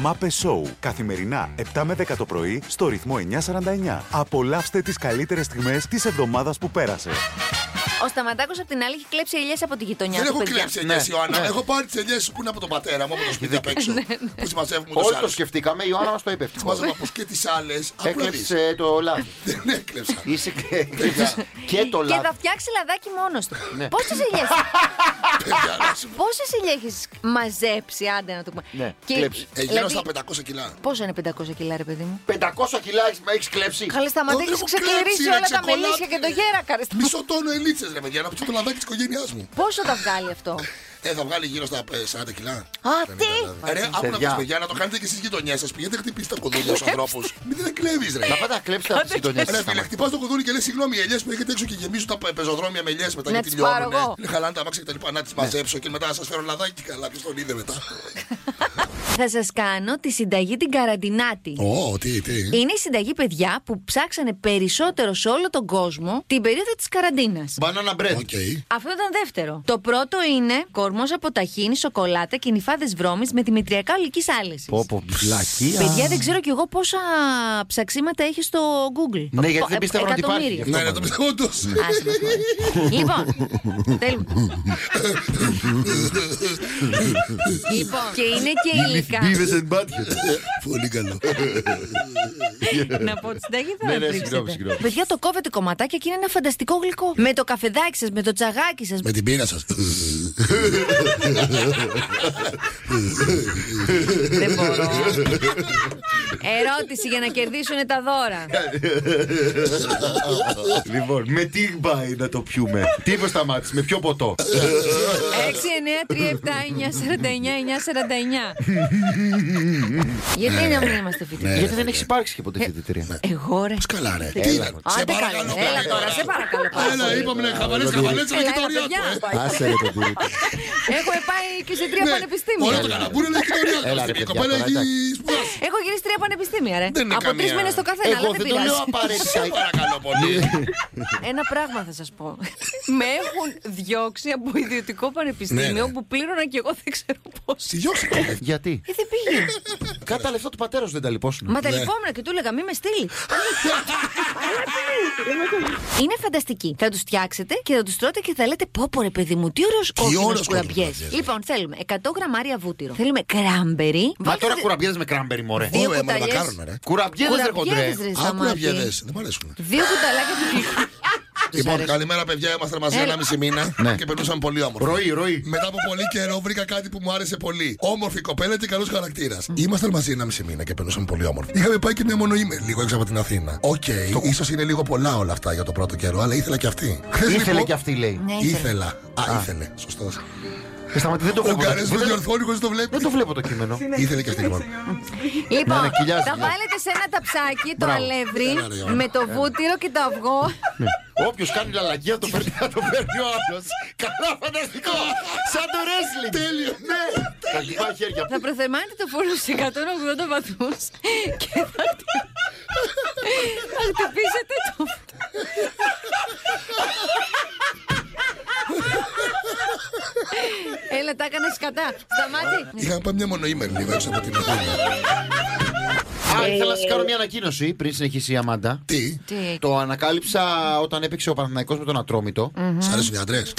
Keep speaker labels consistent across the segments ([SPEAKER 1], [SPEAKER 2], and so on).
[SPEAKER 1] Μάπε Show. Καθημερινά 7 με 10 το πρωί στο ρυθμό 949. Απολαύστε τις καλύτερες στιγμές της εβδομάδας που πέρασε.
[SPEAKER 2] Ο Σταματάκος απ' την άλλη έχει κλέψει ελιές από τη γειτονιά
[SPEAKER 3] Δεν
[SPEAKER 2] του.
[SPEAKER 3] έχω
[SPEAKER 2] παιδιά.
[SPEAKER 3] κλέψει ελιές,
[SPEAKER 4] Ναι.
[SPEAKER 3] Ιωάννα.
[SPEAKER 4] Ναι.
[SPEAKER 3] Έχω πάρει τις ελιές που είναι από τον πατέρα μου, από το σπίτι απ' έξω. Που συμμαζεύουμε του
[SPEAKER 4] Όλοι το
[SPEAKER 3] άλλου.
[SPEAKER 4] σκεφτήκαμε, η Ιωάννα μας το είπε.
[SPEAKER 3] Τι μάζευα από και τις άλλες. Απλά δεις.
[SPEAKER 4] Έκλεψε το λάδι.
[SPEAKER 3] Δεν έκλεψα.
[SPEAKER 4] Είσαι και- και το
[SPEAKER 2] Και θα
[SPEAKER 4] λάδι. Ναι.
[SPEAKER 2] φτιάξει λαδάκι μόνος του. Πόσες ελιές.
[SPEAKER 3] Παιδιά, να σου πω.
[SPEAKER 2] Πόσες ελιές έχεις μαζέψει, άντε να το πούμε.
[SPEAKER 4] Ναι, κλέψει.
[SPEAKER 3] Ε,
[SPEAKER 2] Δηλαδή-
[SPEAKER 3] Γύρω στα 500 κιλά.
[SPEAKER 2] Πόσα είναι 500 κιλά, ρε παιδί μου.
[SPEAKER 4] 500 κιλά έχεις κλέψει.
[SPEAKER 2] Καλέ, σταματά,
[SPEAKER 3] Ω, δεν
[SPEAKER 2] έχει
[SPEAKER 3] Ε, έχω κλέψει,
[SPEAKER 2] ξεκληρίσει
[SPEAKER 3] ρε,
[SPEAKER 2] όλα τα
[SPEAKER 3] ξεκολλάτε,
[SPEAKER 2] μελίσια και το
[SPEAKER 3] ρε.
[SPEAKER 2] γέρακα. ρε.
[SPEAKER 3] Μισό τόνο ελίτσες, ρε παιδιά, να πιω το λαδάκι της οικογένειάς μου.
[SPEAKER 2] Πόσο τα βγάλει αυτό.
[SPEAKER 3] Ε, θα βγάλει γύρω στα ε, 40 κιλά.
[SPEAKER 2] Α,
[SPEAKER 3] 50
[SPEAKER 2] τι!
[SPEAKER 3] δηλαδή. Ρε, άκου να
[SPEAKER 4] Παιδιά.
[SPEAKER 3] πεις, παιδιά, να το κάνετε και εσείς γειτονιές σας. Πηγαίνετε χτυπήστε τα κουδούνια στου ανθρώπους. Μην δεν κλέβεις, ρε.
[SPEAKER 4] Να πάτε να κλέψετε από τις γειτονιές
[SPEAKER 3] Ρε φίλε, χτυπάς το κουδούνι και λες συγγνώμη, οι ελιές που έχετε έξω και γεμίζουν τα πε- πεζοδρόμια με ελιές μετά
[SPEAKER 2] Να
[SPEAKER 3] γιατί
[SPEAKER 2] τις πάρω
[SPEAKER 3] λιώνουν.
[SPEAKER 2] εγώ.
[SPEAKER 3] Είναι χαλάνε τα αμάξια και τα λοιπά. Να τις μαζέψω και μετά να σας φέρω λαδάκι και καλά. Ποιος τον είδε μετά.
[SPEAKER 2] Θα σας κάνω τη συνταγή την καραντινάτη.
[SPEAKER 3] Ω, τι, τι.
[SPEAKER 2] Είναι η συνταγή παιδιά που ψάξανε περισσότερο σε όλο τον κόσμο την περίοδο της καραντίνας.
[SPEAKER 4] Μπανάνα bread.
[SPEAKER 3] Οκ.
[SPEAKER 2] Αυτό ήταν δεύτερο. Το πρώτο είναι κορμός από ταχίνι, σοκολάτα και νυφάδες βρώμης με δημητριακά ολική άλεση.
[SPEAKER 4] Πω πω, βλακεία.
[SPEAKER 2] Παιδιά, δεν ξέρω κι εγώ πόσα ψαξίματα έχει στο Google.
[SPEAKER 4] Ναι, γιατί
[SPEAKER 2] Πο-
[SPEAKER 4] δεν
[SPEAKER 2] ε-
[SPEAKER 4] πίστευα ότι υπάρχει.
[SPEAKER 2] εκατομμύρια.
[SPEAKER 3] Ναι, ναι, το πιστεύω όντως.
[SPEAKER 2] Άσε μας, μωρέ. λοιπόν, τέλ- λοιπόν, και είναι και υλικά.
[SPEAKER 4] and butter.
[SPEAKER 3] Πολύ καλό.
[SPEAKER 2] Να πω τη συνταγή, θα με
[SPEAKER 4] Ναι, ναι,
[SPEAKER 2] πρίξετε.
[SPEAKER 4] συγγνώμη, συγγνώμη.
[SPEAKER 2] Παιδιά, το κόβετε κομματάκια και είναι ένα φανταστικό γλυκό. Με το καφεδάκι σας, με το τσαγάκι σας,
[SPEAKER 3] Με την πείνα σας.
[SPEAKER 2] Δεν μπορώ. Ερώτηση για να κερδίσουν τα δώρα.
[SPEAKER 4] Λοιπόν, με τι πάει να το πιούμε. Τι είπε σταμάτησε, με ποιο ποτό.
[SPEAKER 2] 6-9-3-7-9-49-9-49. Γιατί να μην είμαστε φοιτητές.
[SPEAKER 4] Γιατί δεν έχεις υπάρξει και ποτέ
[SPEAKER 2] ναι.
[SPEAKER 4] φοιτητήρια.
[SPEAKER 2] Εγώ ρε.
[SPEAKER 3] Καλά, ρε. Τι είναι. Ναι. Σε
[SPEAKER 2] Άντε καλέ.
[SPEAKER 3] παρακαλώ.
[SPEAKER 2] Έλα τώρα, σε παρακαλώ. πάρα
[SPEAKER 3] Έλα,
[SPEAKER 2] πολύ.
[SPEAKER 3] είπαμε να χαβαλέ, χαβαλέ, αλλά
[SPEAKER 2] Έλα,
[SPEAKER 3] και
[SPEAKER 2] έλα,
[SPEAKER 3] το
[SPEAKER 2] παιδιά.
[SPEAKER 3] ριάκο.
[SPEAKER 4] Άσε ρε παιδί.
[SPEAKER 2] Έχω πάει και σε τρία
[SPEAKER 3] Μόνο Ναι. το
[SPEAKER 2] πανεπιστήμια.
[SPEAKER 3] καλαμπούρι λέει και το
[SPEAKER 4] Έλα,
[SPEAKER 3] ριάκο.
[SPEAKER 4] ρε,
[SPEAKER 3] Η
[SPEAKER 4] παιδιά,
[SPEAKER 3] κοπέλα
[SPEAKER 4] τώρα,
[SPEAKER 3] έχει σπουδάσει.
[SPEAKER 2] Έχω γυρίσει τρία πανεπιστήμια, ρε.
[SPEAKER 3] Δεν είναι
[SPEAKER 2] Από τρεις
[SPEAKER 3] καμία-
[SPEAKER 2] μήνες το καθένα, αλλά
[SPEAKER 4] Εγώ
[SPEAKER 2] δεν
[SPEAKER 4] δεν το λέω
[SPEAKER 2] πειράζει.
[SPEAKER 3] Σε
[SPEAKER 4] απαραίτητα.
[SPEAKER 3] παρακαλώ πολύ.
[SPEAKER 2] Ένα πράγμα θα σας πω. Με έχουν διώξει από ιδιωτικό
[SPEAKER 3] Ναι,
[SPEAKER 2] πανεπιστήμιο
[SPEAKER 3] ναι.
[SPEAKER 2] που πλήρωνα και εγώ δεν ξέρω πώς.
[SPEAKER 3] Τη διώξε. ρε.
[SPEAKER 4] Γιατί.
[SPEAKER 2] Ε, δεν πήγε.
[SPEAKER 4] Κάτα τα λεφτά του πατέρας σου δεν τα λυπώσουν.
[SPEAKER 2] Μα
[SPEAKER 3] Ναι.
[SPEAKER 2] τα λυπόμουν και του έλεγα, μη με στείλει. Είναι φανταστική. Θα τους φτιάξετε και θα τους τρώτε και θα λέτε Πώ, πω, ρε παιδί μου, τι ωραίος κόκκινος
[SPEAKER 3] ωραίος
[SPEAKER 2] κουραμπιές.
[SPEAKER 3] κόκκινος κουραμπιές.
[SPEAKER 2] Λοιπόν, θέλουμε 100 γραμμάρια βούτυρο. Θέλουμε κράμπερι.
[SPEAKER 4] Μα
[SPEAKER 2] Βάλτε
[SPEAKER 4] τώρα
[SPEAKER 2] δι-
[SPEAKER 4] κουραμπιέδε με κράμπερι, μωρέ.
[SPEAKER 2] Δύο
[SPEAKER 3] Ω, ε,
[SPEAKER 2] κουταλιές.
[SPEAKER 3] μαλακάρονα, ρε.
[SPEAKER 4] Κουραμπιέδες δεν
[SPEAKER 2] κουραμπιέδες,
[SPEAKER 4] κοντρέ.
[SPEAKER 2] ρε,
[SPEAKER 3] Άκου να
[SPEAKER 2] Σταμάτη.
[SPEAKER 3] βγαίνει. Δεν μ' αρέσουν.
[SPEAKER 2] Δύο κουταλάκια του γλυκού. Τους
[SPEAKER 3] Λοιπόν,
[SPEAKER 2] αρέσει.
[SPEAKER 3] καλημέρα παιδιά, ήμασταν μαζί
[SPEAKER 2] Έλα.
[SPEAKER 3] ένα μισή μήνα και περνούσαμε πολύ όμορφα.
[SPEAKER 4] Ναι. Ροή, ροή.
[SPEAKER 3] Μετά από πολύ καιρό βρήκα κάτι που μου άρεσε πολύ. Όμορφη κοπέλα και καλός χαρακτήρας. Ήμασταν μαζί ένα μισή μήνα και περνούσαμε πολύ όμορφα. Είχαμε πάει και μια μονοήμερη λίγο έξω από την Αθήνα. Οκ, ίσως είναι λίγο πολλά όλα αυτά για το πρώτο καιρό, αλλά ήθελα και αυτή. Χθες,
[SPEAKER 4] Ήθελε
[SPEAKER 3] λοιπόν,
[SPEAKER 4] και αυτή λέει.
[SPEAKER 2] Ναι, ήθελα.
[SPEAKER 3] Ήθελα. Α, ήθελε. Σωστός.
[SPEAKER 4] Ε, Σταμάτη, δεν το
[SPEAKER 3] Ο
[SPEAKER 4] βλέπω.
[SPEAKER 3] Γκαρέ με
[SPEAKER 4] Δεν-
[SPEAKER 3] διορθώνει χωρίς το βλέπει.
[SPEAKER 4] Δεν το βλέπω το κείμενο.
[SPEAKER 3] Ήθελε και αυτή λοιπόν.
[SPEAKER 2] Λοιπόν,
[SPEAKER 4] ναι, κοιλιάζει,
[SPEAKER 2] θα
[SPEAKER 4] κοιλιάζει.
[SPEAKER 2] βάλετε σε ένα ταψάκι το
[SPEAKER 4] Μπράβο.
[SPEAKER 2] αλεύρι
[SPEAKER 3] Έλα, ρε, Ιωάννα.
[SPEAKER 2] με το βούτυρο και το αυγό.
[SPEAKER 4] Όποιος κάνει λαλαγία το παίρνει, θα το παίρνει ο άλλος. Καλά, φανταστικό! Σαν το wrestling! Τέλειο! Ναι! Θα χτυπάει χέρια.
[SPEAKER 2] Θα προθερμάνετε το φούρνο σε 180 βαθμούς και θα, χτυ... θα χτυπήσετε το. Έλα, τα έκανα σκατά. Σταμάτη.
[SPEAKER 3] Είχαμε πάει μια μονοήμερη λίγο έξω από την Αθήνα.
[SPEAKER 4] Α,
[SPEAKER 2] Ε.
[SPEAKER 4] ήθελα να σας κάνω μια ανακοίνωση πριν συνεχίσει η Αμάντα.
[SPEAKER 3] Τι,
[SPEAKER 2] Τι,
[SPEAKER 4] Το ανακάλυψα όταν έπαιξε ο Παναθηναϊκός με τον Ατρόμητο.
[SPEAKER 3] σ' αρέσουν οι άντρε.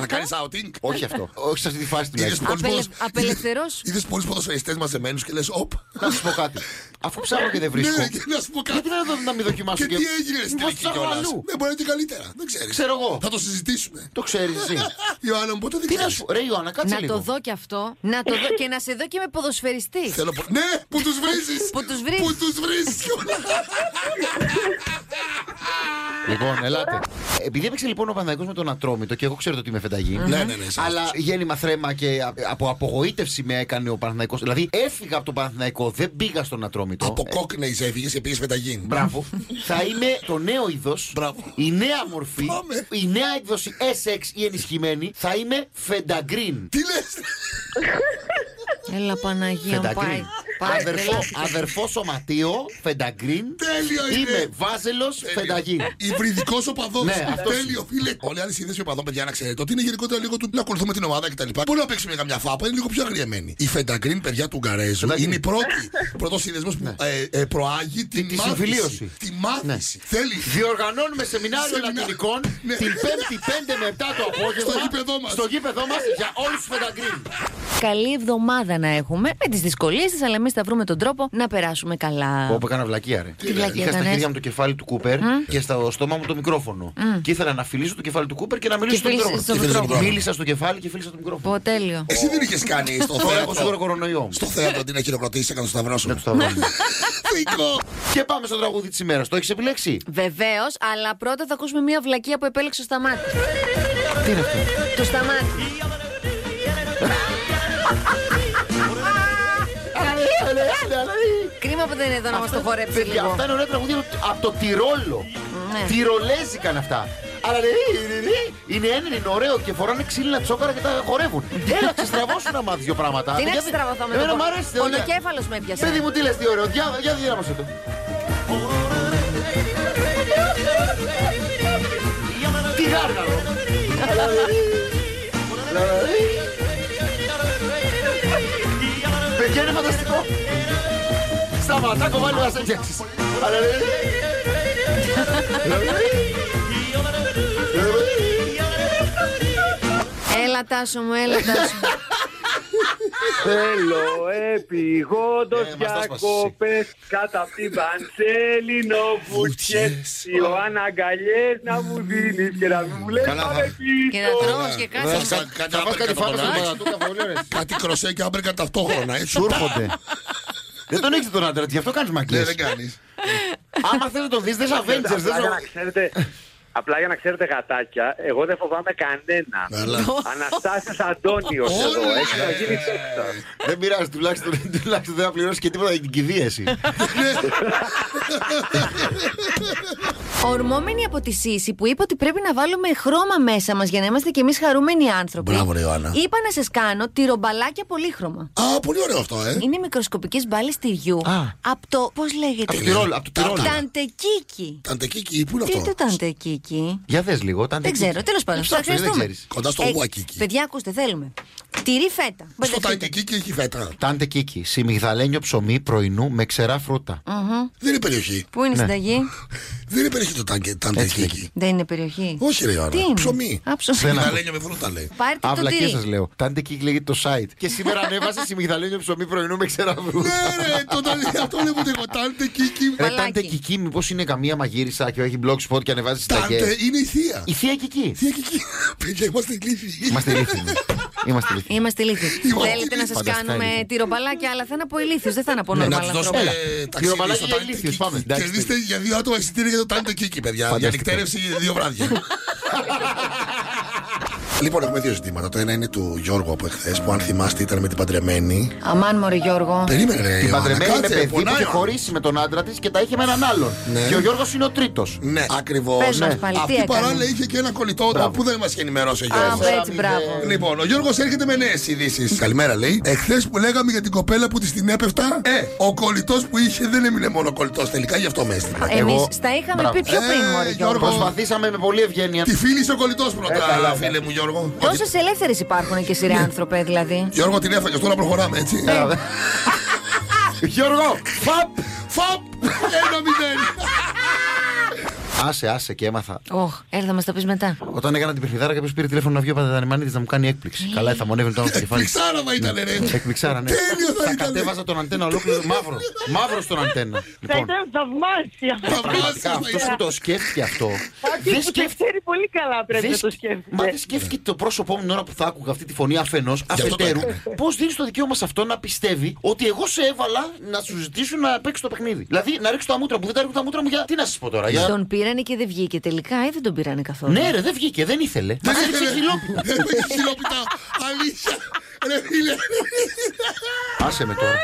[SPEAKER 3] Θα κάνει outing.
[SPEAKER 4] Όχι αυτό. Όχι σε αυτή τη φάση
[SPEAKER 3] Είδε
[SPEAKER 4] τουλάχιστον.
[SPEAKER 3] πολλούς
[SPEAKER 2] Απελε- απελευθερώσου.
[SPEAKER 3] ποδοσφαιριστές μαζεμένους και λες, οπ.
[SPEAKER 4] Να σου πω κάτι. Αφού ψάχνω και δεν
[SPEAKER 3] Ναι,
[SPEAKER 4] βρίσκω.
[SPEAKER 3] και να σου πω κάτι.
[SPEAKER 4] Γιατί δεν να- να μην
[SPEAKER 3] Και
[SPEAKER 4] δοκιμάσω
[SPEAKER 3] τι έγινε στην
[SPEAKER 4] Μήπως
[SPEAKER 3] τελική
[SPEAKER 4] ψάχνω
[SPEAKER 3] κιόλας.
[SPEAKER 4] αλλού.
[SPEAKER 3] Ναι, μπορεί να είναι και καλύτερα. Δεν ξέρεις.
[SPEAKER 4] Ξέρω εγώ.
[SPEAKER 3] Θα το συζητήσουμε. Ε,
[SPEAKER 4] Το ξέρεις εσύ.
[SPEAKER 3] Ιωάννα μου, ποτέ δεν
[SPEAKER 4] Τι να
[SPEAKER 3] ξέρεις.
[SPEAKER 4] σου. Ρε Ιωάννα, κάτσε
[SPEAKER 2] Να το
[SPEAKER 4] λίγο.
[SPEAKER 2] δω κι αυτό. Να το δω και να σε δω και με ποδοσφαιριστή.
[SPEAKER 3] Θέλω πο- Ναι, που τους βρίζεις.
[SPEAKER 2] Που τους βρίζεις.
[SPEAKER 3] Που τους βρίζεις κιόλα.
[SPEAKER 4] Λοιπόν, ελάτε. Επειδή έπαιξε λοιπόν ο Παναγικό με τον Ατρόμητο και εγώ ξέρω ότι είμαι φενταγή.
[SPEAKER 3] Ναι, ναι, ναι. σε
[SPEAKER 4] Αλλά
[SPEAKER 3] άκουσα.
[SPEAKER 4] γέννημα θρέμα και α- από απογοήτευση με έκανε ο Παναθηναϊκός. Δηλαδή έφυγα από τον Παναθηναϊκό, δεν πήγα στον Ατρόμητο.
[SPEAKER 3] Από
[SPEAKER 4] Ε,
[SPEAKER 3] κόκκινε έφυγε και πήγε φεταγή.
[SPEAKER 4] Μπράβο. Θα είμαι το νέο είδος,
[SPEAKER 3] Μπράβο.
[SPEAKER 4] η νέα μορφή,
[SPEAKER 3] Πάμε.
[SPEAKER 4] η νέα έκδοση SX ή ενισχυμένη. Θα είμαι φενταγκρίν.
[SPEAKER 3] Τι λες.
[SPEAKER 2] Έλα, Παναγία μου,
[SPEAKER 4] Φενταγκρί.
[SPEAKER 2] πάει.
[SPEAKER 4] Αδερφό,
[SPEAKER 2] τρελάθηκα.
[SPEAKER 4] αδερφό σωματείο, φενταγκρίν.
[SPEAKER 3] Τέλειο είναι.
[SPEAKER 4] Είμαι βάζελος, φενταγίν.
[SPEAKER 3] Υβριδικός οπαδό.
[SPEAKER 4] Ναι, αυτός
[SPEAKER 3] Τέλειο, φίλε. Όλοι οι άλλοι συνδέσει οπαδός, παιδιά, να ξέρετε ότι είναι γενικότερα λίγο του να ακολουθούμε την ομάδα κτλ. Μπορεί να παίξουμε καμιά φάπα, είναι λίγο πιο αγριεμένη. Η Φενταγκρίν, παιδιά του Ουγγαρέζου,
[SPEAKER 4] Φενταγκρίν.
[SPEAKER 3] είναι η πρώτη πρώτος σύνδεσμος που ε, ε, προάγει τη,
[SPEAKER 4] Ναι. τη
[SPEAKER 3] μάθηση.
[SPEAKER 4] συμφιλίωση. Ναι.
[SPEAKER 3] Τη μάθηση. Θέλει.
[SPEAKER 4] Διοργανώνουμε σεμινάριο
[SPEAKER 3] Σεμινά-
[SPEAKER 4] λατινικών
[SPEAKER 3] Ναι.
[SPEAKER 4] την 5η 5 με 7 το απόγευμα
[SPEAKER 3] Στο γήπεδό μας.
[SPEAKER 4] στο γήπεδό μας για όλους τους φενταγκρίν.
[SPEAKER 2] Καλή εβδομάδα να έχουμε με τις δυσκολίες της, αλλά εμείς θα βρούμε τον τρόπο να περάσουμε καλά.
[SPEAKER 4] Όπου έκανα βλακεία, ρε.
[SPEAKER 2] Τι βλακεία
[SPEAKER 4] Είχα στα
[SPEAKER 2] έκανες?
[SPEAKER 4] χέρια μου το κεφάλι του Κούπερ και στο στόμα μου το μικρόφωνο. Και ήθελα να φιλήσω το κεφάλι του Κούπερ και να μιλήσω στο
[SPEAKER 2] φίλησε
[SPEAKER 4] μικρόφωνο.
[SPEAKER 2] στο
[SPEAKER 4] Και φίλησα
[SPEAKER 3] μικρόφωνο.
[SPEAKER 4] Μίλησα στο κεφάλι και φίλησα το μικρόφωνο.
[SPEAKER 2] Πω, τέλειο.
[SPEAKER 3] Εσύ δεν είχες κάνει στο
[SPEAKER 4] Τώρα έχω σίγουρο
[SPEAKER 3] θέατρο.
[SPEAKER 4] κορονοϊό. μου.
[SPEAKER 3] στο θέατρο την να χειροκροτήσεις, έκανες το σταυρό σου.
[SPEAKER 4] Ναι, το σταυρό μου.
[SPEAKER 3] Θεϊκό.
[SPEAKER 4] Και πάμε στο τραγούδι της ημέρας. Το έχεις επιλέξει.
[SPEAKER 2] Βεβαίως, αλλά πρώτα θα ακούσουμε μια βλακεία που επέλεξε ο Σταμάτη.
[SPEAKER 4] Τι είναι αυτό.
[SPEAKER 2] Το Σταμάτη. Κρίμα που δεν είναι εδώ να μας το χορέψει
[SPEAKER 4] Παιδιά,
[SPEAKER 2] λίγο.
[SPEAKER 4] αυτά είναι ωραία τραγούδια από το Τυρόλο.
[SPEAKER 2] Ναι.
[SPEAKER 4] Τυρολέζικαν αυτά. Αλλά λέει, ρε, ρε, ρε, είναι έναν, είναι ωραίο και φοράνε ξύλινα τσόκαρα και τα χορεύουν. Έλα, ξεστραβώσου να μάθει δύο πράγματα.
[SPEAKER 2] Τι να
[SPEAKER 4] Για-
[SPEAKER 2] ξετραβωθώ με
[SPEAKER 4] Εμένα
[SPEAKER 2] το
[SPEAKER 4] μου αρέσει.
[SPEAKER 2] Ο νοκέφαλο με
[SPEAKER 4] Ε, Παιδί
[SPEAKER 2] έπιασε.
[SPEAKER 4] μου, τι λες, τι ωραίο. Για, για δυνάμωσέ το. Τι γάργαρο. Παιδιά, είναι φανταστικό. Σταματά, κομμάτι να σε φτιάξεις.
[SPEAKER 2] Έλα, τάσο μου, έλα, τάσο. μου.
[SPEAKER 5] Θέλω επιγόντως
[SPEAKER 4] Ε, μας τα σπάσεις
[SPEAKER 5] διακοπές κατά απ' την Παντσέλινο βουτιέ.
[SPEAKER 3] Βουτιές.
[SPEAKER 5] Ιωάννα αγκαλιές να μου δίνεις και να μου λες
[SPEAKER 4] Καλά,
[SPEAKER 5] πάμε
[SPEAKER 4] θα-
[SPEAKER 2] Και να
[SPEAKER 5] πίσω.
[SPEAKER 2] τρώω και
[SPEAKER 3] Βέβαια,
[SPEAKER 2] κάτι.
[SPEAKER 3] κα- κάτι
[SPEAKER 4] Τραβάς
[SPEAKER 3] άμπερ
[SPEAKER 4] κάτι φάπες στον
[SPEAKER 3] καταπονάκι.
[SPEAKER 4] Πανατούκα, πολύ ωραίες.
[SPEAKER 3] Κάτι κροσέ και άμπερ κατά ταυτόχρονα. έτσι.
[SPEAKER 4] Σου έρχονται. Δεν τον έχεις τον άντρα, της, γι' αυτό κάνεις
[SPEAKER 3] Ναι,
[SPEAKER 4] μακριές.
[SPEAKER 3] δεν κάνεις.
[SPEAKER 4] Άμα θες να τον δεις, δες Avengers, δες...
[SPEAKER 5] Απλά για να ξέρετε, απλά για να ξέρετε γατάκια, εγώ δεν φοβάμαι
[SPEAKER 4] Ναι.
[SPEAKER 5] κανένα. Αναστάσης Αντώνιος εδώ,
[SPEAKER 3] Ωραία.
[SPEAKER 5] έτσι θα γίνει τέξα.
[SPEAKER 4] Δεν πειράζει, τουλάχιστον, τουλάχιστον δεν θα πληρώσει και τίποτα για την κηδίαση.
[SPEAKER 2] Ορμόμενοι από τη Σύση που είπε ότι πρέπει να βάλουμε χρώμα μέσα μας για να είμαστε κι εμείς χαρούμενοι άνθρωποι.
[SPEAKER 3] Μπράβο, ρε Ιωάννα.
[SPEAKER 2] Είπα να σας κάνω τυρομπαλάκια πολύχρωμα.
[SPEAKER 3] Α, πολύ ωραίο αυτό, ε.
[SPEAKER 2] Είναι μικροσκοπικές μπάλες τυριού.
[SPEAKER 4] Α.
[SPEAKER 2] Από το. Πώς λέγεται.
[SPEAKER 4] Από τη ρόλα, από το τη ρόλα.
[SPEAKER 2] Ταντεκίκι.
[SPEAKER 3] Ταντεκίκι, πού είναι
[SPEAKER 2] Τι είναι το
[SPEAKER 3] αυτό.
[SPEAKER 2] ταντεκίκι.
[SPEAKER 4] Για δες λίγο, όταν
[SPEAKER 2] Δεν ξέρω, τέλος πάντων. Θα
[SPEAKER 4] Ψάξτε, δεν
[SPEAKER 2] χρειαστούμε.
[SPEAKER 4] ξέρεις.
[SPEAKER 3] Κοντά στο
[SPEAKER 2] Ε,
[SPEAKER 3] Ουακίκι.
[SPEAKER 2] Παιδιά, ακούστε, θέλουμε. Τυρί φέτα.
[SPEAKER 3] Στο
[SPEAKER 2] Μπερδευτείτε.
[SPEAKER 3] Ταντεκίκι έχει φέτα.
[SPEAKER 4] Τάντε κίκι, σιμιγδαλένιο ψωμί πρωινού με ξερά φρούτα.
[SPEAKER 3] Δεν είναι περιοχή.
[SPEAKER 2] Πού
[SPEAKER 4] Ναι.
[SPEAKER 2] είναι η συνταγή.
[SPEAKER 3] Δεν είναι περιοχή το τάνκε- ταντεκίκι.
[SPEAKER 2] Δεν είναι περιοχή.
[SPEAKER 3] Όχι, ρε
[SPEAKER 2] Τι
[SPEAKER 3] Ιωάννα.
[SPEAKER 2] είναι.
[SPEAKER 3] Ψωμί.
[SPEAKER 2] Α, ψωμί.
[SPEAKER 4] Δεν ακούω.
[SPEAKER 3] Γαλένια με φρούτα λέει.
[SPEAKER 2] Πάρτε το
[SPEAKER 4] Αύλα και σας
[SPEAKER 2] τυρί.
[SPEAKER 4] λέω. Τάντε κίκι λέγεται το site. Και σήμερα ανέβασε σιμιγδαλένιο ψωμί πρωινού με ξερά φρούτα.
[SPEAKER 3] Ναι, ρε, το ταντε- αυτό λέγονται εγώ. Ταντεκίκι.
[SPEAKER 4] Ρε
[SPEAKER 2] Παλάκι.
[SPEAKER 4] τάντε κίκι, μήπως είναι καμία μαγείρισα και έχει blog spot και ανεβάζει
[SPEAKER 3] Τάντε
[SPEAKER 4] συνταγέ.
[SPEAKER 3] είναι η θεία.
[SPEAKER 4] Η θεία κίκι.
[SPEAKER 3] Θεία και εκεί. Παιδιά, είμαστε κλείσει.
[SPEAKER 4] Είμαστε ηλίθιοι. Είμαστε ηλίθιοι.
[SPEAKER 2] Είμαστε ηλίθιοι.
[SPEAKER 3] Είμαστε
[SPEAKER 2] Θέλετε να σας
[SPEAKER 3] ηλίθιοι.
[SPEAKER 4] Φανταστικά
[SPEAKER 2] κάνουμε
[SPEAKER 4] ηλίθιοι.
[SPEAKER 2] τυροπαλάκια, αλλά θα είναι από ηλίθιους. Δεν θα είναι από
[SPEAKER 4] Ναι,
[SPEAKER 2] νορμάλα
[SPEAKER 3] Να τους δώσουμε
[SPEAKER 2] ανθρώπου.
[SPEAKER 3] ε, ταξίδι στο
[SPEAKER 4] Χειρομαλάκια για
[SPEAKER 3] Τάντε
[SPEAKER 4] ηλίθιους,
[SPEAKER 3] Κίκι.
[SPEAKER 4] πάμε. Εντάξει,
[SPEAKER 3] Κερδίστε για δύο άτομα εισιτήρια για το Τάντε Κίκι, παιδιά. Για
[SPEAKER 4] Φανταστικό.
[SPEAKER 3] νυχτέρευση δύο βράδια. Λοιπόν, έχουμε δύο ζητήματα. Το ένα είναι του Γιώργου από εχθές, που αν θυμάστε ήταν με την παντρεμένη.
[SPEAKER 2] Αμάν, μωρέ Γιώργο.
[SPEAKER 3] Περίμενε, ρε.
[SPEAKER 4] Την
[SPEAKER 3] Ιωάννα,
[SPEAKER 4] παντρεμένη με
[SPEAKER 3] κάτσε,
[SPEAKER 4] παιδί που
[SPEAKER 3] πονάει
[SPEAKER 4] είχε
[SPEAKER 3] ο-
[SPEAKER 4] χωρίσει με τον άντρα της και τα είχε με έναν άλλον.
[SPEAKER 3] Ναι.
[SPEAKER 4] Και ο Γιώργος είναι ο τρίτος.
[SPEAKER 3] Ναι, ακριβώς.
[SPEAKER 2] Πες μας πάλι, τι
[SPEAKER 3] Αυτή
[SPEAKER 2] έκανε.
[SPEAKER 3] παράλληλα είχε και ένα κολλητό όταν που δεν μας είχε ενημερώσει ο Γιώργο.
[SPEAKER 2] Α, έτσι, μπράβο.
[SPEAKER 3] Λοιπόν, ο Γιώργος έρχεται με νέες ειδήσεις. Καλημέρα, λέει. Εχθές που λέγαμε για την κοπέλα που της την έπεφτα, ε, ο κολλητός που είχε δεν έμεινε μόνο κολλητός τελικά, γι' αυτό μες έστειλε.
[SPEAKER 2] Εμεί
[SPEAKER 4] εγώ-
[SPEAKER 2] τα είχαμε
[SPEAKER 4] Μπράβο.
[SPEAKER 2] πει πιο
[SPEAKER 3] Ε,
[SPEAKER 2] πριν, μωρέ
[SPEAKER 3] Γιώργο.
[SPEAKER 2] Γιώργο.
[SPEAKER 4] Προσπαθήσαμε με πολλή ευγένεια.
[SPEAKER 3] Τη φίλησε ο κολλητός πρώτα, ε, φίλε μου Γιώργο. Ότι-
[SPEAKER 2] Τόσε ελεύθερε υπάρχουν και
[SPEAKER 3] Ναι.
[SPEAKER 2] σειρά άνθρωπε, δηλαδή.
[SPEAKER 3] Γιώργο την έφαγες, τώρα προχωράμε, έτσι.
[SPEAKER 4] Ε. Γιώργο, φαπ!
[SPEAKER 3] Φαπ! Ένα μηδέν.
[SPEAKER 4] Άσε, άσε και έμαθα.
[SPEAKER 2] Ωχ, έλα θα μας τα πεις μετά.
[SPEAKER 4] Όταν έκανα την περιφυδάρα, κάποιο πήρε τηλέφωνο να βγει ο Παπαδανημάνιδη να μου κάνει
[SPEAKER 6] Ναι.
[SPEAKER 4] έκπληξη. Καλά, θα μονεύει το άλλο το κεφάλι.
[SPEAKER 3] Πιξάραμα ήταν, ρε.
[SPEAKER 4] Εκπληξάρα, ναι.
[SPEAKER 3] Τέλειο θα
[SPEAKER 4] Θα
[SPEAKER 3] ήταν.
[SPEAKER 4] κατέβαζα τον αντένα ολόκληρο μαύρο. Μαύρο τον αντένα.
[SPEAKER 6] Θα
[SPEAKER 4] Λοιπόν,
[SPEAKER 6] ήταν θαυμάσια.
[SPEAKER 4] πραγματικά
[SPEAKER 3] Θαυμάσια θα
[SPEAKER 4] αυτό που
[SPEAKER 3] ήταν.
[SPEAKER 4] το σκέφτηκε αυτό. Δεν
[SPEAKER 6] Κάτι που το
[SPEAKER 4] σκέφτηκε.
[SPEAKER 6] ξέρει πολύ καλά πρέπει
[SPEAKER 4] δεν
[SPEAKER 6] να το
[SPEAKER 4] σκ- Μα
[SPEAKER 6] σκέφτεται.
[SPEAKER 4] δεν σκέφτηκε το πρόσωπό μου την ώρα που θα άκουγα αυτή τη φωνή αφενός,
[SPEAKER 3] αυτό το
[SPEAKER 4] αφετέρου.
[SPEAKER 3] έκανε.
[SPEAKER 4] Πώς δίνεις το δικαίωμα σε αυτό να πιστεύει ότι εγώ σε έβαλα να σου ζητήσω να παίξει το παιχνίδι. Δηλαδή να ρίξω τα μούτρα μου. Δεν τα ρίχνω τα μούτρα μου για. Τι να σας πω τώρα. Για...
[SPEAKER 2] Τον πήρανε και δεν βγήκε τελικά ή δεν τον πήρανε καθόλου.
[SPEAKER 4] Ναι, ρε, δεν βγήκε, δεν ήθελε. Μα
[SPEAKER 3] Δεν Ε,
[SPEAKER 4] έριξε
[SPEAKER 3] ήθελε.
[SPEAKER 4] χιλόπιτα.
[SPEAKER 3] Έπαιξε χιλόπιτα. Αλήθεια. Ρε φίλε.
[SPEAKER 4] Άσε με τώρα.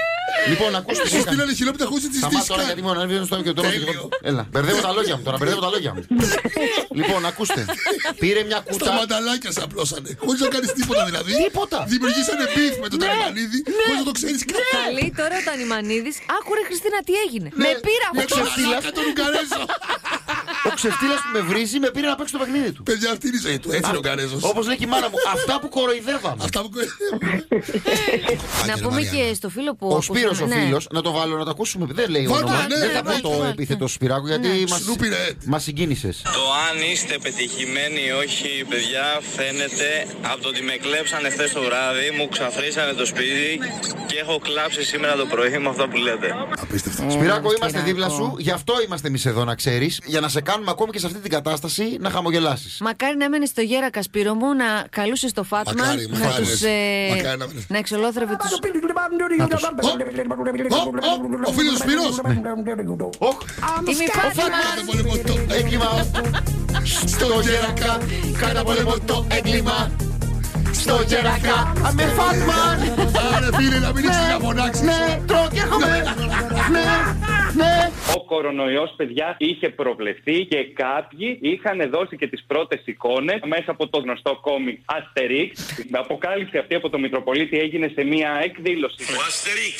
[SPEAKER 4] Λοιπόν, ακούστε
[SPEAKER 3] Σου
[SPEAKER 4] τι
[SPEAKER 3] στείλανε
[SPEAKER 4] έκανε.
[SPEAKER 3] χιλόπιτα χούση τη
[SPEAKER 4] Σταμάτα τώρα γιατί
[SPEAKER 3] Δίσκα.
[SPEAKER 4] μόνο αν βγαίνω στο και τώρα.
[SPEAKER 3] Τέλειο.
[SPEAKER 4] και εγώ- Έλα, μπερδεύω τα λόγια μου τώρα, μπερδεύω τα λόγια μου. Λοιπόν, ακούστε. Πήρε μια
[SPEAKER 3] Στα
[SPEAKER 4] κούτσα.
[SPEAKER 3] μανταλάκια σε απλώσανε. Χωρίς να κάνεις τίποτα δηλαδή.
[SPEAKER 4] Τίποτα.
[SPEAKER 3] Δημιουργήσανε μπιφ με τον Ταρμανίδη. Χωρίς να το ξέρεις
[SPEAKER 2] Ναι.
[SPEAKER 3] καθόλου.
[SPEAKER 2] Καλή τώρα ο Τανιμανίδη. Άκουρε Χριστίνα τι έγινε.
[SPEAKER 4] Ναι,
[SPEAKER 2] Με Ε, πήρα
[SPEAKER 3] Με
[SPEAKER 2] αυτό.
[SPEAKER 3] ξεφτύλα τον Ουγγαρέζο.
[SPEAKER 4] Ο ξεφτύλας που με βρίζει με πήρε να παίξει το παιχνίδι του.
[SPEAKER 3] Παιδιά, αυτή είναι η ζωή του. Έτσι είναι ο Ουγγαρέζο.
[SPEAKER 4] Όπως λέει και η μάνα μου, αυτά που κοροϊδεύαμε.
[SPEAKER 3] Αυτά που.
[SPEAKER 2] Να
[SPEAKER 3] Άγγελε
[SPEAKER 2] πούμε
[SPEAKER 3] Μαριάννα.
[SPEAKER 2] και στο φίλο που.
[SPEAKER 4] Ο
[SPEAKER 2] ακούσαμε,
[SPEAKER 4] Σπύρος ο
[SPEAKER 2] ναι.
[SPEAKER 4] φίλος, να το βάλω να το ακούσουμε. Δεν λέει
[SPEAKER 3] Βάλτε,
[SPEAKER 4] όνομα.
[SPEAKER 3] ναι,
[SPEAKER 4] Δεν θα
[SPEAKER 2] βάλτε,
[SPEAKER 4] πω το
[SPEAKER 2] βάλτε.
[SPEAKER 4] επίθετο Σπυράκο γιατί
[SPEAKER 3] Σνούπι, ρε.
[SPEAKER 4] μας συγκίνησες.
[SPEAKER 5] Ε,
[SPEAKER 6] Το αν είστε πετυχημένοι ή όχι, παιδιά, φαίνεται από το ότι με κλέψανε χθες το βράδυ, μου ξαφρίσανε το σπίτι και έχω κλάψει σήμερα το πρωί με αυτά που λέτε.
[SPEAKER 3] Απίστευτο.
[SPEAKER 4] Σπυράκο,
[SPEAKER 2] Ε,
[SPEAKER 4] είμαστε
[SPEAKER 2] Σπυράκο.
[SPEAKER 4] δίπλα σου, γι' αυτό είμαστε εμείς εδώ να ξέρεις. Για να σε κάνουμε ακόμη και σε αυτή την κατάσταση να χαμογελάσεις.
[SPEAKER 2] Μακάρι να έμενες στο γέρακα Σπύρο μου να καλούσες το Φάτμα
[SPEAKER 3] Μακάρι,
[SPEAKER 2] να,
[SPEAKER 3] μακάρι.
[SPEAKER 2] τους, ε,
[SPEAKER 3] Μακάρι να έμενες.
[SPEAKER 2] να εξολόθρευε τους...
[SPEAKER 3] Ο φίλος του Σπυρός.
[SPEAKER 4] Ναι. Οχ,
[SPEAKER 2] Είμαι η Φάτμα.
[SPEAKER 3] Καταπολεμωτό
[SPEAKER 4] έγκλημα. Στο γερακά, καταπολεμωτό έγκλημα. Στο γερακά, με φάτμαν.
[SPEAKER 3] Άρα φίλε να μην έχεις να φωνάξεις.
[SPEAKER 4] Ναι, τρώω και έρχομαι. Ναι, ναι.
[SPEAKER 7] Ο κορονοϊός, παιδιά, είχε προβλεφθεί και κάποιοι είχαν δώσει και τις πρώτες εικόνες μέσα από το γνωστό κόμικ Αστερίξ. Η αποκάλυψη αυτή από το Μητροπολίτη έγινε σε μία εκδήλωση.
[SPEAKER 8] Ο Αστερίξ.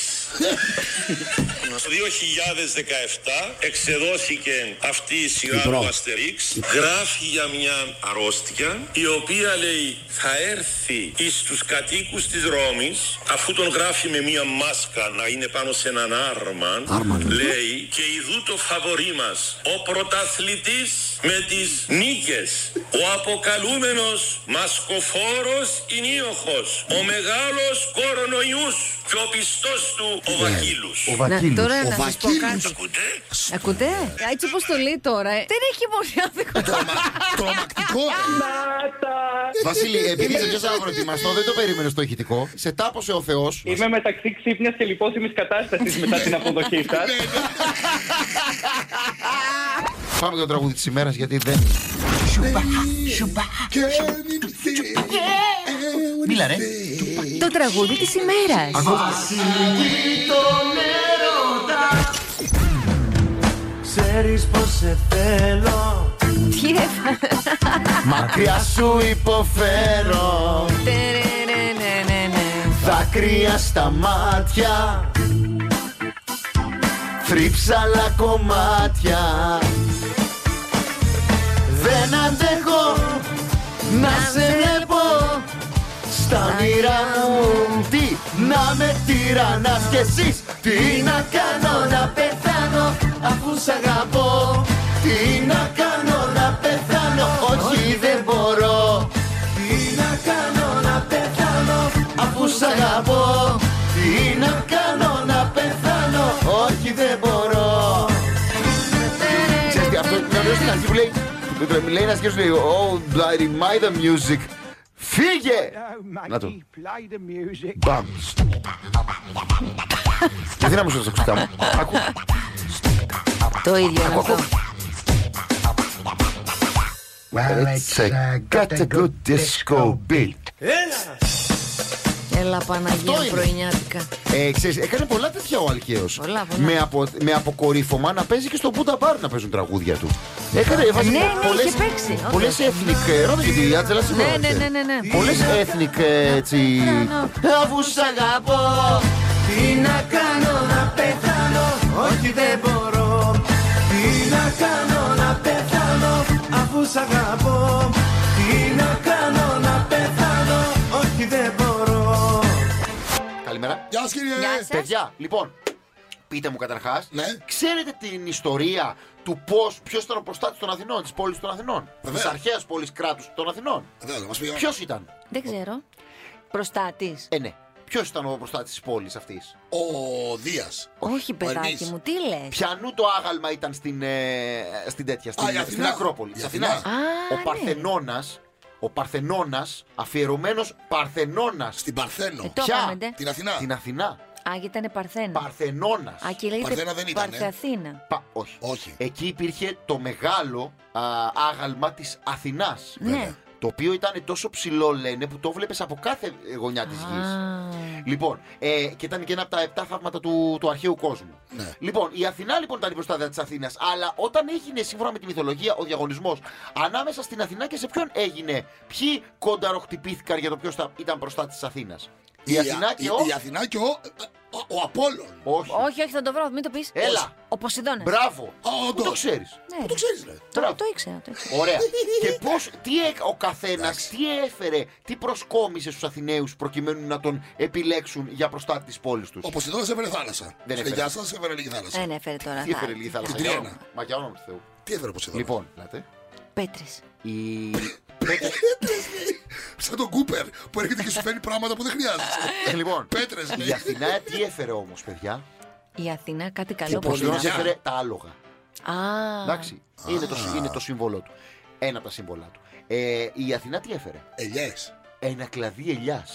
[SPEAKER 8] Το 2017 εξεδόθηκε αυτή η σειρά του Αστερίξ. Γράφει για μια αρρώστια η οποία λέει θα έρθει εις τους κατοίκους της Ρώμης αφού τον γράφει με μια μάσκα να είναι πάνω σε έναν άρμα ναι. λέει και ειδού το φαβορή μας ο πρωταθλητής με τις νίκες ο αποκαλούμενος μασκοφόρος Ινίοχος ο μεγάλος κορονοϊούς και ο πιστός του Ναι, ο Βακύλους
[SPEAKER 2] Να, τώρα να σας πω
[SPEAKER 3] Βακύλος.
[SPEAKER 2] κάτι.
[SPEAKER 8] Ακούτε?
[SPEAKER 2] Ακούτε, έτσι όπως το λέει τώρα, ε, δεν έχει μονιάδικο.
[SPEAKER 3] Τρομακτικό. ε.
[SPEAKER 4] Βασίλη, επειδή σε πιάσα να προετοιμαστώ, δεν το περίμενες το ηχητικό. Σε τάπωσε ο Θεός.
[SPEAKER 7] Είμαι μεταξύ ξύπνιας και λιπόθυμης κατάστασης μετά την αποδοχή σας.
[SPEAKER 4] Πάμε για το τραγούδι της ημέρας γιατί δεν. Μίλα, ρε.
[SPEAKER 2] το τραγούδι της ημέρας.
[SPEAKER 9] Ξέρεις πως σε θέλω
[SPEAKER 2] Τι έφαγες.
[SPEAKER 4] Μακριά σου υποφέρω. Δάκρυα στα μάτια Θρύψαλα κομμάτια Δεν αντέχω να σε βλέπω Στα μοίρα μου Τι να με τυραννάς κι εσείς Τι να κάνω να πεθάνω αφού σ' αγαπώ Τι να κάνω να πεθάνω Όχι δεν μπορώ Τι να κάνω να πεθάνω αφού σ' αγαπώ Τι να κάνω να πεθάνω Όχι δεν μπορώ Ξέρεις τι, αυτό είναι ωραίο στην αρχή που λέει που το λέει ένας κύριος λέει Oh, bloody my the music Φύγε! Να το. Μπαμ. Και δύναμη σου τα ακουστικά μου. Ακού.
[SPEAKER 2] Το ίδιο είναι αυτό.
[SPEAKER 4] It's a got a good disco beat.
[SPEAKER 2] Έλα
[SPEAKER 4] Αυτό
[SPEAKER 2] Παναγία
[SPEAKER 4] είναι.
[SPEAKER 2] πρωινιάτικα.
[SPEAKER 4] Ε, ξέρεις, έκανε πολλά τέτοια ο Αλκαίος.
[SPEAKER 2] Πολλά, πολλά.
[SPEAKER 4] Με, απο, με αποκορύφωμα να παίζει και στο Buddha Bar να παίζουν τραγούδια του. Έκανε έβαζε
[SPEAKER 2] Ναι, ναι,
[SPEAKER 4] πολλές,
[SPEAKER 2] είχε παίξει, όντως.
[SPEAKER 4] πολλές ε. ethnic, ε, ρώτα γιατί η Άτζελα σίγουρα
[SPEAKER 2] Ναι, ναι,
[SPEAKER 4] ξέρεις.
[SPEAKER 2] ναι, ναι, ναι.
[SPEAKER 4] Πολλές ethnic ε, έτσι. Αφού σ' αγαπώ, τι να κάνω να πεθάνω, όχι δεν μπορώ. Τι να κάνω να πεθάνω, αφού σ' αγαπώ. Τι να κάνω να πεθάνω, όχι δεν μπορώ. Καλημέρα.
[SPEAKER 3] Γεια σας κύριε.
[SPEAKER 2] Γεια σας.
[SPEAKER 4] Παιδιά, λοιπόν, πείτε μου καταρχάς,
[SPEAKER 3] Ναι.
[SPEAKER 4] ξέρετε την ιστορία του πώς, ποιος ήταν ο προστάτης των Αθηνών, της πόλης των Αθηνών,
[SPEAKER 3] Βεβαίως. Ναι.
[SPEAKER 4] της αρχαίας πόλης κράτους των Αθηνών.
[SPEAKER 3] Δεν θα μας πει.
[SPEAKER 4] Ποιος ήταν,
[SPEAKER 2] Δεν ξέρω. Προστάτης.
[SPEAKER 4] ε, ναι, ποιος ήταν ο προστάτης της πόλης αυτής.
[SPEAKER 3] Ο Δίας.
[SPEAKER 4] Ε,
[SPEAKER 2] Όχι
[SPEAKER 3] Ο
[SPEAKER 2] παιδάκι
[SPEAKER 3] Ερμής.
[SPEAKER 2] μου, τι λες.
[SPEAKER 4] Πιανού το άγαλμα ήταν στην, ε, στην τέτοια, στην,
[SPEAKER 3] η Αθηνά.
[SPEAKER 4] στην Ακρόπολη.
[SPEAKER 3] Η
[SPEAKER 4] της
[SPEAKER 3] Αθηνάς.
[SPEAKER 4] Αθηνάς.
[SPEAKER 2] Α,
[SPEAKER 4] Ο
[SPEAKER 2] ναι.
[SPEAKER 4] Παρθενώνας, ο Παρθενώνας, αφιερωμένος Παρθενώνας
[SPEAKER 3] Στην Παρθένο.
[SPEAKER 2] Ε, Το
[SPEAKER 4] Ποια?
[SPEAKER 2] είπαμε, ντε.
[SPEAKER 3] Την Αθηνά.
[SPEAKER 4] στην Αθηνά.
[SPEAKER 2] Α, ήταν Παρθένα.
[SPEAKER 4] Παρθενώνας.
[SPEAKER 2] Α, και λέγεται
[SPEAKER 3] Παρθένα δεν ήταν, ε.
[SPEAKER 2] Παρθαθήνα.
[SPEAKER 4] Πα- όχι.
[SPEAKER 3] Όχι.
[SPEAKER 4] Εκεί υπήρχε το μεγάλο α, άγαλμα της Αθηνάς.
[SPEAKER 2] Ναι.
[SPEAKER 4] Βέβαια. Το οποίο ήταν τόσο ψηλό, λένε, που το βλέπεις από κάθε ε, γωνιά της γης. Λοιπόν, ε, και ήταν και ένα από τα 7 θαύματα του, του αρχαίου κόσμου.
[SPEAKER 3] Ναι.
[SPEAKER 4] Λοιπόν, η Αθηνά λοιπόν ήταν η προστάδια της Αθήνας, αλλά όταν έγινε σύμφωνα με τη μυθολογία ο διαγωνισμός ανάμεσα στην Αθηνά και σε ποιον έγινε, ποιοι κονταροχτυπήθηκαν για το ποιος ήταν μπροστά της Αθήνας. Η, Αθηνά και
[SPEAKER 3] η,
[SPEAKER 4] ο.
[SPEAKER 3] η Αθηνά και ο, ο, ο Απόλλων.
[SPEAKER 4] Όχι.
[SPEAKER 2] Όχι, όχι, θα το βρω, μην το πεις.
[SPEAKER 4] Έλα.
[SPEAKER 2] Ο Ποσειδώνας.
[SPEAKER 4] Μπράβο.
[SPEAKER 3] Α,
[SPEAKER 4] Πού το
[SPEAKER 3] όντως.
[SPEAKER 4] ξέρεις.
[SPEAKER 2] Ναι,
[SPEAKER 3] Το ξέρεις ρε.
[SPEAKER 2] το,
[SPEAKER 4] Μπράβο.
[SPEAKER 2] το ήξερα. Το ήξερα.
[SPEAKER 4] Ωραία. και πώς, τι έ- ο καθένας, τι έφερε, τι προσκόμισε στους Αθηναίους προκειμένου να τον επιλέξουν για προστάτης τη πόλης τους.
[SPEAKER 3] Ο Ποσειδώνας έφερε θάλασσα.
[SPEAKER 4] Δεν
[SPEAKER 3] Στην
[SPEAKER 4] έφερε. Ε, ναι.
[SPEAKER 3] γεια σας έφερε λίγη θάλασσα.
[SPEAKER 2] Δεν έφερε Ε, ναι, τώρα. Ε,
[SPEAKER 4] Τι έφερε λίγη θάλασσα.
[SPEAKER 3] Την
[SPEAKER 4] για
[SPEAKER 3] Τριένα.
[SPEAKER 4] όνομα- Μα για όνομα του Θεού.
[SPEAKER 3] Τι έφερε ο Ποσειδώνας.
[SPEAKER 4] Λοιπόν, λέτε.
[SPEAKER 2] Πέτρε.
[SPEAKER 4] Η...
[SPEAKER 3] Ε, Σαν τον Κούπερ που έρχεται και σου φέρνει πράγματα που δεν χρειάζεσαι.
[SPEAKER 4] Ε, λοιπόν,
[SPEAKER 3] Πέτρες ναι. λέει.
[SPEAKER 4] η Αθηνά τι έφερε όμως, παιδιά.
[SPEAKER 2] Η Αθήνα κάτι
[SPEAKER 4] Ο
[SPEAKER 2] καλό που
[SPEAKER 4] Ποσειδώνας
[SPEAKER 3] παιδιά.
[SPEAKER 4] έφερε τα άλογα.
[SPEAKER 2] Α,
[SPEAKER 4] Εντάξει. Είναι το, είναι το σύμβολό του. Ένα από τα σύμβολά του. Ε, η Αθηνά τι έφερε.
[SPEAKER 3] Ελιές.
[SPEAKER 4] Ένα κλαδί ελιάς.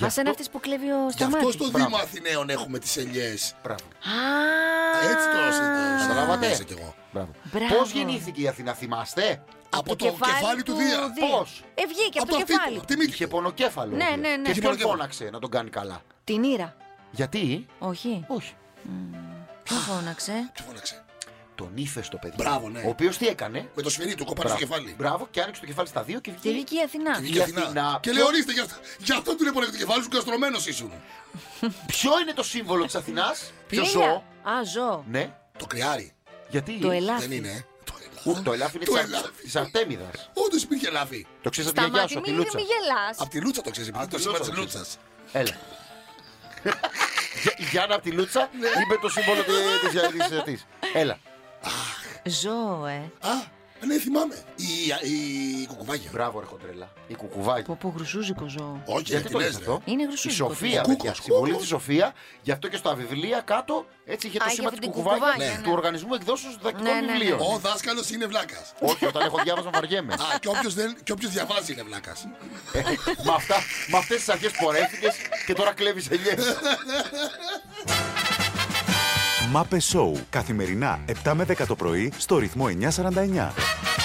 [SPEAKER 2] Α είναι αυτή που κλέβει ο
[SPEAKER 3] Γι' αυτό
[SPEAKER 2] στομάτη.
[SPEAKER 3] στο
[SPEAKER 4] Μπράβο.
[SPEAKER 3] Δήμο Αθηναίων έχουμε τις ελιές.
[SPEAKER 4] Μπράβο.
[SPEAKER 2] Α,
[SPEAKER 3] Έτσι το συνδέω.
[SPEAKER 4] Καταλάβατε.
[SPEAKER 3] Συνδέωσα κι εγώ.
[SPEAKER 4] Μπράβο.
[SPEAKER 2] Μπράβο.
[SPEAKER 4] Πώς γεννήθηκε η Αθηνά, θυμάστε.
[SPEAKER 3] Από το κεφάλι του Δία.
[SPEAKER 4] Πώς?
[SPEAKER 2] Ε, βγήκε από το
[SPEAKER 3] αυτή του,
[SPEAKER 2] κεφάλι.
[SPEAKER 3] Τη μύτη.
[SPEAKER 4] Είχε
[SPEAKER 3] του.
[SPEAKER 4] πονοκέφαλο.
[SPEAKER 2] Ναι,
[SPEAKER 4] ο Δίας.
[SPEAKER 2] ναι, ναι.
[SPEAKER 4] Και
[SPEAKER 2] Είχε
[SPEAKER 4] ποιον
[SPEAKER 3] πονοκέφαλο.
[SPEAKER 4] φώναξε να τον κάνει καλά.
[SPEAKER 2] Την Ήρα.
[SPEAKER 4] Γιατί.
[SPEAKER 2] Όχι.
[SPEAKER 4] Όχι.
[SPEAKER 2] Ποιο φώναξε.
[SPEAKER 3] Τι φώναξε.
[SPEAKER 4] Τον ήφε στο παιδί.
[SPEAKER 3] Μπράβο, ναι.
[SPEAKER 4] Ο οποίος τι έκανε.
[SPEAKER 3] Με το σφυρί του κοπάνε στο κεφάλι.
[SPEAKER 4] Μπράβο και άνοιξε το κεφάλι στα δύο και
[SPEAKER 2] Και
[SPEAKER 4] βγήκε.
[SPEAKER 2] βγήκε η Αθηνά.
[SPEAKER 3] Βγήκε
[SPEAKER 4] Αθηνά.
[SPEAKER 3] Αθηνά. Και
[SPEAKER 4] Ποιο-
[SPEAKER 3] λέει ορίστε γι' αυτό- γι' αυτό του λέει πονάει το κεφάλι σου καστρωμένος ήσουν.
[SPEAKER 4] Ποιο είναι το σύμβολο της Αθηνάς. Ποιο
[SPEAKER 2] Ποιο
[SPEAKER 4] ζώο.
[SPEAKER 2] Α, ζώο.
[SPEAKER 4] Ναι.
[SPEAKER 3] Το κρυάρι.
[SPEAKER 4] Γιατί.
[SPEAKER 2] Το
[SPEAKER 3] Δεν
[SPEAKER 2] ελάφι.
[SPEAKER 3] είναι. ε. Το
[SPEAKER 4] Ου,
[SPEAKER 3] ελάφι.
[SPEAKER 4] Το ελάφι
[SPEAKER 3] Το
[SPEAKER 4] είναι
[SPEAKER 3] ελάφι.
[SPEAKER 4] της Αρτέμιδας.
[SPEAKER 3] Όντως υπήρχε ελάφι.
[SPEAKER 4] Το ξέρεις από τη γιαγιά σου,
[SPEAKER 2] Σταμάτη,
[SPEAKER 4] από τη
[SPEAKER 2] μην
[SPEAKER 4] Λούτσα.
[SPEAKER 2] μη γελάς.
[SPEAKER 3] Απ' τη Λούτσα το ξέρεις, επειδή
[SPEAKER 4] Απ'
[SPEAKER 3] το
[SPEAKER 4] τη
[SPEAKER 3] σήμα
[SPEAKER 4] Λούτσα
[SPEAKER 3] της
[SPEAKER 4] το
[SPEAKER 3] Λούτσας.
[SPEAKER 4] Έλα. Για- Η Γιάννα από τη Λούτσα είπε το σύμβολο της της. Έλα.
[SPEAKER 2] Ζώο, ε.
[SPEAKER 3] Α, ναι, θυμάμαι. Η, η, η κουκουβάγια.
[SPEAKER 4] Μπράβο, ρε χοντρέλα. Η κουκουβάγια.
[SPEAKER 2] Πω πω γρουσούζικος ζώο.
[SPEAKER 3] Όχι,
[SPEAKER 4] Γιατί
[SPEAKER 3] τι
[SPEAKER 4] το
[SPEAKER 3] λες,
[SPEAKER 4] λες
[SPEAKER 3] ρε.
[SPEAKER 4] αυτό.
[SPEAKER 2] Είναι
[SPEAKER 4] Η
[SPEAKER 2] γρουσούζικος.
[SPEAKER 4] Σοφία,
[SPEAKER 3] Κούκος,
[SPEAKER 4] παιδιά.
[SPEAKER 3] κούκος.
[SPEAKER 4] Συμβολή τη Σοφία. Γι' αυτό και στα βιβλία κάτω έτσι είχε το
[SPEAKER 2] Α,
[SPEAKER 4] σήμα
[SPEAKER 2] είχε
[SPEAKER 4] τη
[SPEAKER 2] την
[SPEAKER 4] κουκουβάγια
[SPEAKER 2] κουκουβάγια,
[SPEAKER 4] του
[SPEAKER 2] ναι.
[SPEAKER 4] Οργανισμού Εκδόσεως
[SPEAKER 2] Ναι, ναι,
[SPEAKER 4] Διδακτικών
[SPEAKER 2] ναι.
[SPEAKER 4] Βιβλίων.
[SPEAKER 3] Ο δάσκαλος είναι βλάκας.
[SPEAKER 4] Όχι, όταν έχω διάβασμα βαριέμαι.
[SPEAKER 3] Α, και όποιος δεν... και όποιος διαβάζει είναι βλάκας.
[SPEAKER 4] Ε, με αυτά, με αυτές τις αρχές πορεύτηκες και τώρα κλέβεις ελιές.
[SPEAKER 1] Μάπε Σόου. Καθημερινά 7 με 10 το πρωί στο ρυθμό 949.